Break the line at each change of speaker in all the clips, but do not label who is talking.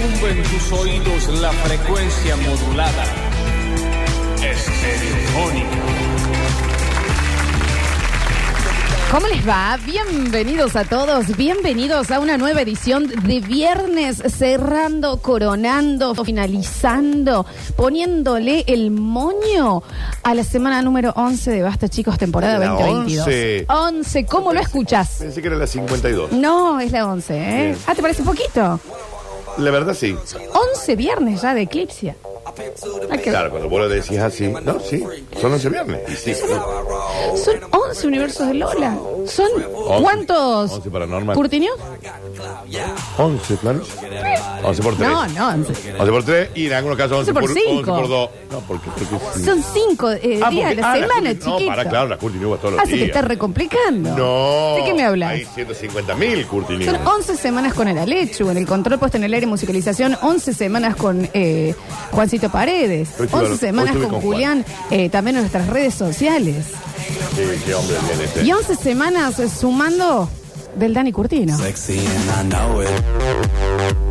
tus oídos la frecuencia modulada. Estereofónica.
¿Cómo les va? Bienvenidos a todos, bienvenidos a una nueva edición de viernes, cerrando, coronando, finalizando, poniéndole el moño a la semana número 11 de Basta Chicos, temporada
La
2022.
11.
11, ¿cómo lo escuchas?
Pensé que era la 52.
No, es la 11, ¿eh?
Bien.
Ah, ¿te parece poquito?
La verdad sí.
11 viernes ya de eclipse. Ah, qué-
Claro, cuando vos lo decís así. No, sí. Son 11 viernes. Y sí.
Son 11 universos de Lola. ¿Son
11.
cuántos?
11 paranormal.
¿Curtinio?
11, claro. 11 por 3.
No, no, 11.
11 por 3 y en algunos casos 11
por
por,
cinco.
11 por 2. No, porque. porque
Son 5 días de la
ah,
semana,
curti- No,
chiquito.
para, claro, la Curti News todos los
Ah, se te
días.
está recomplicando.
no.
¿De qué me hablas?
Hay 150 mil Curti News.
Son 11 semanas con el Alechu, en el control puesto en el aire y musicalización, 11 semanas con eh, Juancito Paredes,
Hoy estuve-
11
hoy
semanas
estuve
con
con
Julián, eh, también en nuestras redes sociales.
Sí, qué hombre tiene este.
Y 11 semanas eh, sumando del Dani Curtino.
Sexy and I know it.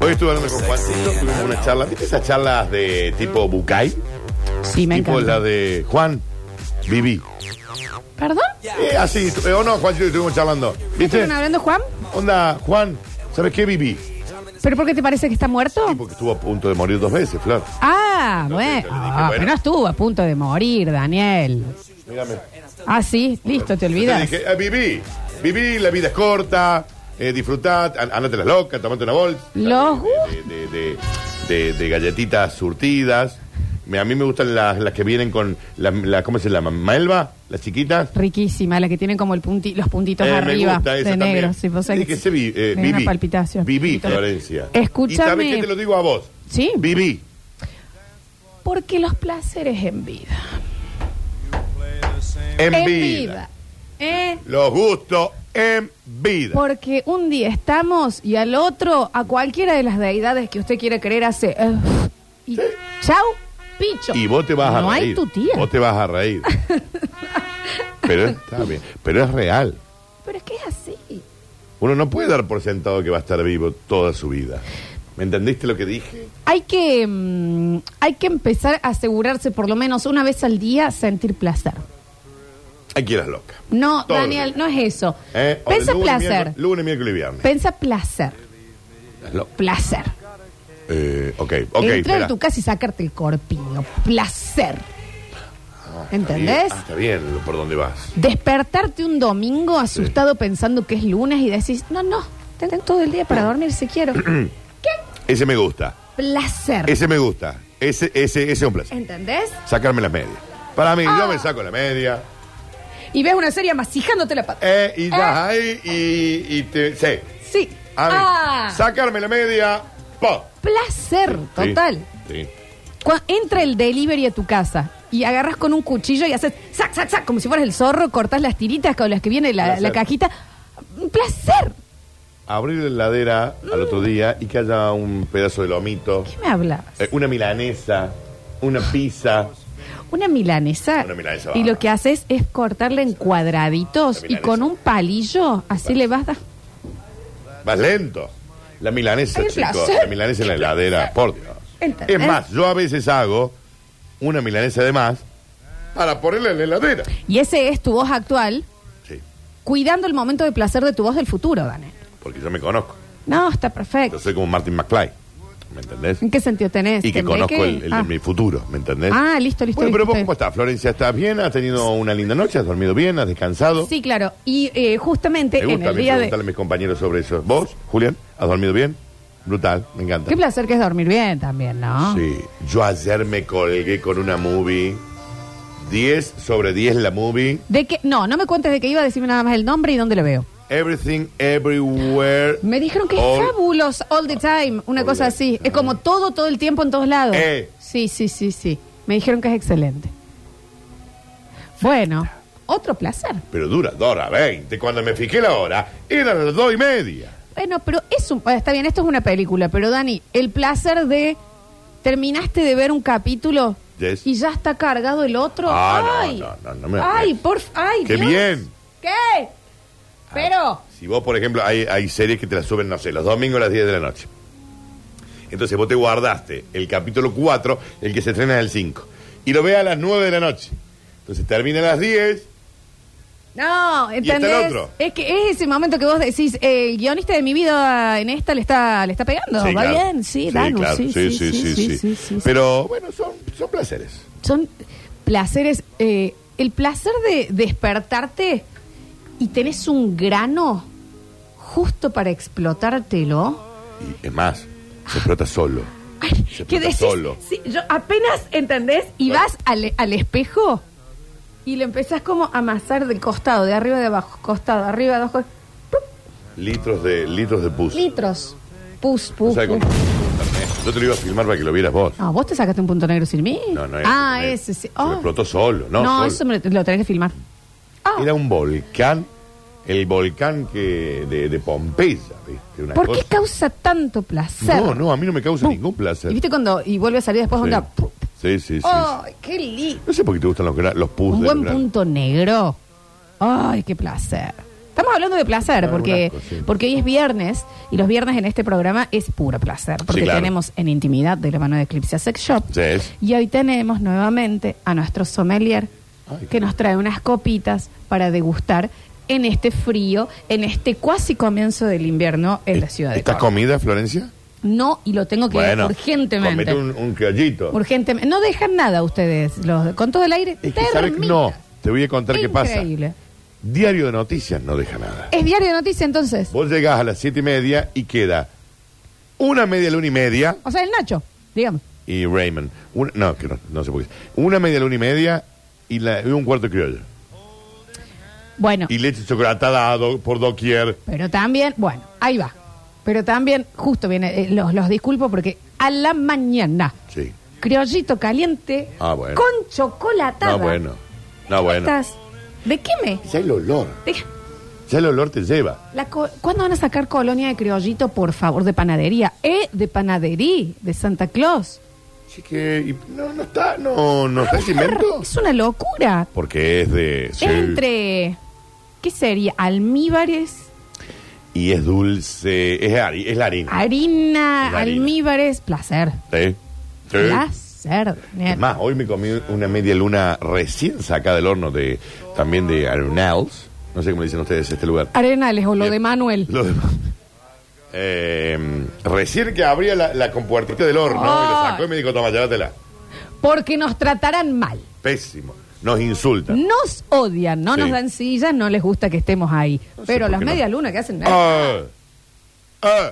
Hoy estuve hablando con Juancito, tuvimos una charla. ¿Viste esas charlas de tipo Bucay?
Sí, me
tipo
encanta.
la de Juan, Viví.
¿Perdón?
Eh, así, eh, o no, Juancito, estuvimos charlando.
¿Qué
¿Viste?
¿Estuvieron hablando, Juan?
Onda, Juan, ¿sabes qué viví?
¿Pero por qué te parece que está muerto?
Porque estuvo a punto de morir dos veces, Flor.
Ah,
No,
bueno.
yo le dije,
Ah,
bueno.
Pero no estuvo a punto de morir, Daniel.
Mírame.
Ah, sí, listo, te
Yo
olvidas.
te dije, ah, viví, viví, la vida es corta, eh, disfrutad, an- andate a la loca, tomate una bolsa. eh,
Los
De, de, de- de- de galletitas surtidas. Me- A mí me gustan las, las que vienen con, la, la- ¿cómo se llama? Melva, las chiquitas.
Riquísima, la que tiene como el punti- los puntitos
Eh,
arriba
me gusta esa
de
también.
negro. Sí, vos sabés
Dije, sí, vi- eh,
me da
viví.
una palpitación.
Viví, Florencia. ¿Y
Escúchame.
sabes qué te lo digo a vos?
Sí.
Viví.
Porque los placeres en vida.
En,
En
vida.
vida. ¿Eh?
Los gustos en vida.
Porque un día estamos y al otro, a cualquiera de las deidades que usted quiera creer, hace. eh, y chau, picho.
Y vos te vas a
No
reír.
hay tu tía.
Vos te vas a reír. Pero está bien. Pero es real.
Pero es que es así.
Uno no puede dar por sentado que va a estar vivo toda su vida. ¿Me entendiste lo que dije?
Hay que, mm, hay que empezar a asegurarse por lo menos una vez al día sentir placer.
Aquí eras loca.
No,
Todos
Daniel,
los
no es eso.
¿Eh? O de
Pensa
lunes,
placer.
miércoles- Lunes, miércoles y viernes.
Pensa placer.
Eras loca.
Placer.
Eh, ok, ok.
Entrar
espera.
a tu casa y sacarte el corpiño. Placer. ¿Entendés?
Ah, Está bien lo- por dónde vas.
Despertarte un domingo asustado pensando que es lunes y decís, no, no, tengo todo el día para dormir si quiero.
Ese me gusta.
placer.
Ese me gusta. Ese, ese, ese es un placer.
¿Entendés?
Sacarme las medias. Para mí,
Ah.
yo me saco la media.
Y ves una serie amasijándote la pata.
Eh, y vas ahí y, y te. Sí.
Sí.
A ver,
Ah,
sacarme la media. ¡pum!
placer,
Sí,
total.
sí.
Cua- entra el delivery a tu casa y agarras con un cuchillo y haces sac, sac, sac, como si fueras el zorro, cortas las tiritas con las que viene la,
Placer.
la cajita. Un placer.
Abrir la heladera al
Mm.
otro día y que haya un pedazo de lomito,
¿Qué me hablabas?
eh, una milanesa, una pizza.
Una milanesa.
Una milanesa,
y
va.
lo que haces es cortarla en cuadraditos
La
y con
milanesa.
un palillo así le vas dando.
Vas lento. La milanesa,
Ay, el
chicos.
placer.
La milanesa en la heladera, por Dios.
¿Entendés?
Es más, yo a veces hago una milanesa de más para ponerla en la heladera.
Y ese es tu voz actual,
Sí,
cuidando el momento de placer de tu voz del futuro, Daniel.
porque yo me conozco.
No, está
Yo
perfecto.
soy como Martin McFly. ¿Me entendés?
¿En qué sentido tenés?
Y que
¿Entendés
conozco
que-
el, el
Ah.
de mi futuro, ¿me entendés?
Ah, listo, listo,
Bueno, pero
listo,
vos,
estoy-
¿cómo estás, Florencia? ¿Estás bien? ¿Has tenido una linda noche? ¿Has dormido bien? ¿Has descansado?
Sí, claro. Y eh, justamente
Me
en
gusta a
el
mí
día de...
preguntarle a mis compañeros sobre eso. ¿Vos, Julián, has dormido bien? Brutal, me encanta.
Qué placer que es dormir bien también, ¿no?
Sí, yo ayer me colgué con una movie. 10 sobre 10 la movie.
De que, no, no me cuentes de qué iba, decime nada más el nombre y dónde lo veo.
Everything, everywhere.
Me dijeron que
all-
es fabuloso, all the time, una
all
cosa
the
así.
time.
Es como todo, todo el tiempo en todos lados.
Eh.
Sí, sí, sí, sí. Me dijeron que es excelente. Bueno, otro placer.
Pero dura, Dora, 20. Cuando me fijé la hora, eran las 2 y media.
Bueno, pero es un... Está bien, esto es una película, pero Dani, el placer de... Terminaste de ver un capítulo
Yes.
y ya está cargado el otro.
Ah, no,
ay,
no, no, no me-
ay, por, ay,
Qué
Dios.
bien.
¿Qué? Pero
Ah, Si vos, por ejemplo, hay, hay series que te las suben, no sé, los domingos a las 10 de la noche. Entonces vos te guardaste el capítulo 4, el que se estrena es el 5. Y lo ve a las 9 de la noche. Entonces termina a las 10.
No,
está el
¿entendés?
otro.
Es que es ese momento que vos decís, eh, el guionista de mi vida en esta le está, le está pegando.
Sí,
Va
claro.
bien, sí, Danu,
claro.
sí, sí, sí, sí, sí, sí.
Pero bueno, son, son placeres.
Son placeres. eh, el placer de despertarte y tenés un grano justo para explotártelo.
Y es más, se explota solo. Se
¿Qué
explota solo.
Sí, yo apenas, ¿entendés? Y
Claro.
vas al, al espejo y lo empezás como a amasar del costado, de arriba, de abajo, costado, arriba, abajo.
Litros de, litros de pus.
Litros. Pus,
No
pus,
sabe
pus. Ah.
cómo- Yo te lo iba a filmar para que lo vieras vos.
No, vos te sacaste un punto negro sin mí.
No, no era
Ah,
japonés.
ese sí.
Se me
Oh.
explotó solo, ¿no?
No,
solo.
eso me lo, lo tenés que filmar. Ah.
Era un volcán, el volcán que de, de Pompeya, ¿viste? Una
¿Por
cosa-
qué causa tanto placer?
No, no, a mí no me causa
Pum.
ningún placer.
Y viste cuando. Y vuelve a salir después
Sí.
onda. ¡pum!
Sí, sí, sí.
¡Ay, qué lindo!
No sé por qué te gustan los, gra- los pus
Un
del
buen
gran-
punto negro. ¡Ay, qué placer! Estamos hablando de placer,
No,
porque,
un asco, sí.
porque hoy es viernes y los viernes en este programa es puro placer. Porque
claro.
tenemos en intimidad de la mano de Eclipse Sex Shop.
Yes.
Y hoy tenemos nuevamente a nuestro sommelier
Ay.
que nos trae unas copitas para degustar en este frío, en este cuasi comienzo del invierno en la ciudad de
¿Estás
Córdoba.
comida, Florencia?
No, y lo tengo que urgentemente.
comete un, un criollito.
Urgentemente. No dejan nada ustedes. Los, con todo el aire.
Es que, ¿sabes qué?
termina.
No, te voy a contar
Increíble.
qué pasa. Diario de noticias no deja nada.
Es diario de noticias entonces.
Vos llegás a las siete y media y queda una media luna y media
O sea, el Nacho, digamos.
y Raymond. Un- no, que no, no sé por qué. Una media luna y media y, la- y un cuarto criollo.
Bueno,
Y leche chocolatada a do- por doquier.
pero también, bueno, ahí va. Pero también, justo viene, eh, los, los disculpo porque a la mañana.
Sí.
Criollito caliente.
Ah, bueno.
Con chocolatada.
No, bueno. No,
¿Cómo
bueno.
estás? ¿De qué me?
Ya el olor.
de-
Ya el olor te lleva.
la co- ¿Cuándo van a sacar colonia de criollito, por favor, de panadería? ¿Eh? De panadería, de Santa Claus.
Así que. y- no, no está. No, no está cimento.
Es una locura.
Porque es de. sí.
Es entre. ¿Qué sería? Almíbares,
Y es dulce. Es, hari- es la harina.
harina,
Es harina.
almíbares, placer.
Sí. Sí.
Placer.
Es más, hoy me comí una media luna recién sacada del horno de también de Arenals. No sé cómo le dicen ustedes a este lugar.
Arenales o lo
Bien.
de Manuel.
Lo demás. Eh, recién que abría la, la compuertita del horno y lo sacó y me dijo, toma, llévatela.
Porque nos tratarán mal.
Pésimo. Nos insulta.
Nos odian, no
Sí.
nos dan sillas, no les gusta que estemos ahí.
No sé
Pero
por
las
qué no.
medias lunas que hacen.
Ah, ah.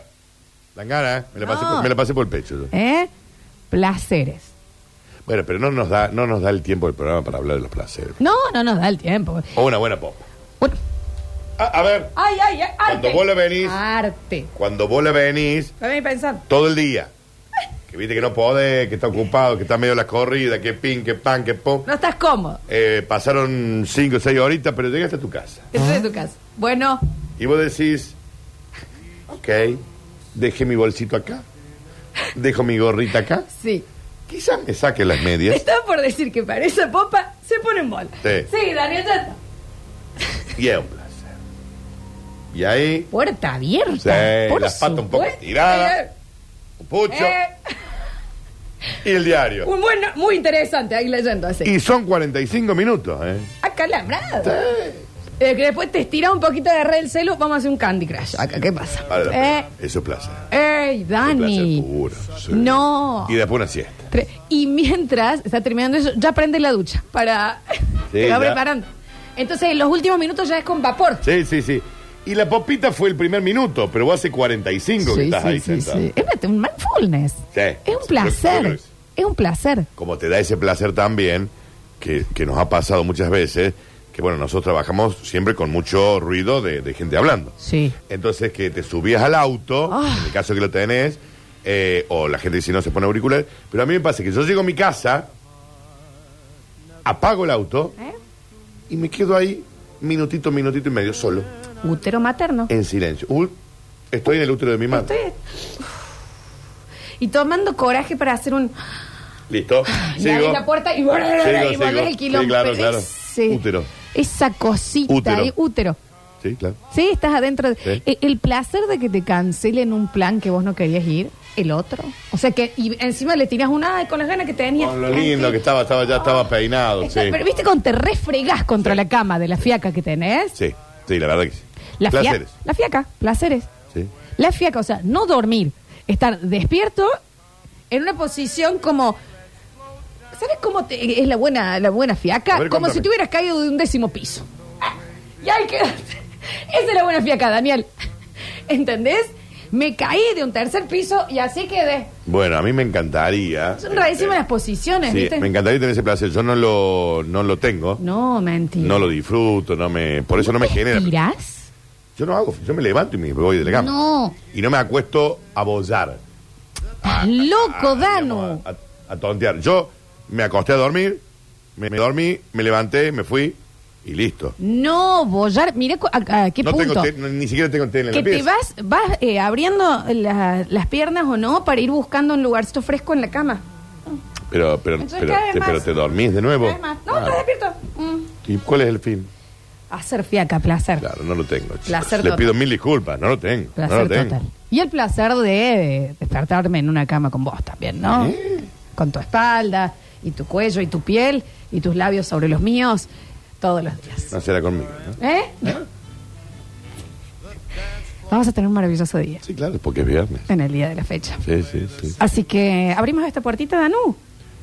La gana, ¿eh? me la, pasé
No.
por, me la pasé por el pecho. yo.
¿Eh? Placeres.
Bueno, pero no nos da no nos da el tiempo del programa para hablar de los placeres.
No, no nos da el tiempo.
O una buena pop.
Bueno,
a ver,
ay, ay, ay, arte.
Cuando vos la venís-
Arte.
cuando vos la venís
Me venís pensando.
todo el día, que viste que no podés, que está ocupado, que está medio la corrida, que pin, que pan, que pop.
No estás cómodo.
Eh, pasaron cinco o seis horitas, pero llegaste a tu casa.
Te estoy en tu casa. Bueno,
Y vos decís, ok, dejé mi bolsito acá, dejo mi gorrita acá,
sí.
quizás me saque las medias.
Está por decir que para esa popa se pone en bola.
Sí.
Daniel, ya está.
Y es un placer. Y ahí,
Puerta abierta.
Sí,
por
las patas un poco
supuesto.
estiradas. un pucho
Eh,
y el diario.
un buen, muy interesante ahí leyendo así.
Y son 45 minutos, ¿eh?
Acalambrado. Eh, que después te estira un poquito de red el celu, vamos a hacer un Candy Crush. Acá, ¿qué pasa?
Vale la
eh,
pena. Eso es placer.
¡Ey, Dani!
Un placer puro, sí.
No.
Y después una siesta.
Tre- Y mientras está terminando eso, ya prende la ducha para.
Sí,
te va
ya.
preparando. Entonces, en los últimos minutos ya es con vapor.
Sí, sí, sí. Y la popita fue el primer minuto, pero vos hace 45 que estás ahí sentado.
sí. Es un mindfulness.
Sí.
Es un
Sí, yo- yo creo
placer.
que sí.
Es un placer.
Como te da ese placer también, que, que nos ha pasado muchas veces, que bueno, nosotros trabajamos siempre con mucho ruido de, de gente hablando.
Sí.
Entonces que te subías al auto,
Ah.
en el caso que lo tenés, eh, o la gente si no se pone auricular, pero a mí me pasa que yo llego a mi casa, apago el auto
¿Eh?
y me quedo ahí minutito, minutito y medio solo,
Útero materno.
en silencio. Uh, estoy en el útero de mi madre.
Estoy- Y tomando coraje para hacer un.
Listo.
Ah, Y abres la puerta y, volvés
Sigo,
el
sigo.
quilombo.
Sí, claro, claro.
Ese-
Útero.
Esa cosita
Útero.
de útero.
Sí, Sí, claro.
Sí, estás adentro. de-
Sí.
E- El placer de que te cancelen un plan que vos no querías ir, el otro. O sea que y encima le tiras una "Ay, con las ganas que tenías.
Con lo lindo que estaba, estaba ya estaba peinado, sí.
Está- Pero viste con te refregás contra la cama de la fiaca que tenés.
Sí, sí, la verdad que sí.
La, fia-
Placeres.
la fiaca, placeres.
Sí.
La fiaca, o sea, no dormir, estar despierto en una posición como. ¿Sabes cómo te- es la buena, la buena fiaca?
A ver,
como
contame.
si te hubieras caído de un décimo piso. Ah, Y ahí quedaste. Esa es la buena fiaca, Daniel. ¿Entendés? Me caí de un tercer piso y así quedé.
Bueno, a mí me encantaría.
Son rarísimas las
este,
posiciones,
Sí,
¿viste?
me encantaría tener ese placer. Yo no lo, no lo tengo,
No, mentira.
no lo disfruto, no me, por eso no me genera.
¿Tirás?
Yo no hago, yo me levanto y me voy de la cama.
No.
Y no me acuesto a bollar.
Estás loco,
a-
Danu.
Ah, digamos, ah, A, a- a tontear. Yo me acosté a dormir, me, me dormí, me levanté, me fui y listo.
No, bollar. Mira cu- a, a qué
no
punto.
tengo té- no- ni siquiera tengo tele en
Que
la
te
pieza.
vas, vas eh, abriendo la- las piernas o no para ir buscando un lugarcito fresco en la cama.
Pero, pero,
Entonces,
pero,
cada vez
te,
más.
pero te dormís de nuevo.
Una vez más. No,
Ah,
estás despierto. Mm.
¿Y cuál es el fin?
Hacer fiaca, placer.
Claro, no lo tengo. chicos.
Placer
Le
total.
pido mil disculpas, no lo tengo.
Placer
no lo tengo.
total. Y el placer de eh, despertarme en una cama con vos también, ¿no? Con tu espalda y tu cuello y tu piel y tus labios sobre los míos todos los días.
No será conmigo, ¿no?
¿Eh? Vamos a tener un maravilloso día
Sí, claro, porque es viernes.
en el día de la fecha.
Sí, sí, sí.
Así que abrimos esta puertita, Danú.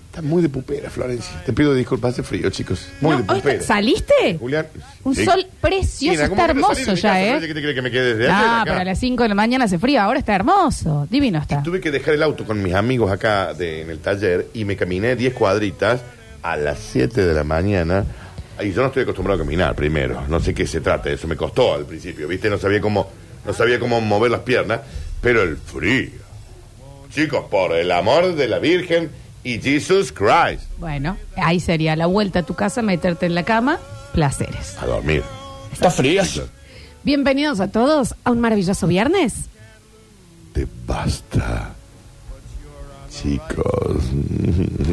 Está muy de pupera, Florencia. Te pido disculpas, hace frío, chicos. Muy
No,
de
hoy está-
pupera.
¿Saliste?
Julián.
Un
sí.
sol
Mira,
precioso, está
¿cómo quiero salir de
hermoso
mi casa,
ya,
Florencia?
¿eh?
¿Qué te crees que me quede desde ayer
Ah,
acá?
pero a las 5 de la mañana hace frío, ahora está hermoso, divino está.
Tuve que dejar el auto con mis amigos acá de- en el taller y me caminé 10 cuadritas a las 7 de la mañana. Y yo no estoy acostumbrado a caminar primero. No sé qué se trata eso. Me costó al principio, ¿viste? No sabía cómo, no sabía cómo mover las piernas. Pero el frío. Chicos, por el amor de la Virgen y Jesus Christ.
Bueno, ahí sería la vuelta a tu casa, meterte en la cama, placeres.
A dormir.
Está frío.
Bienvenidos a todos a un maravilloso viernes.
Te basta. Chicos.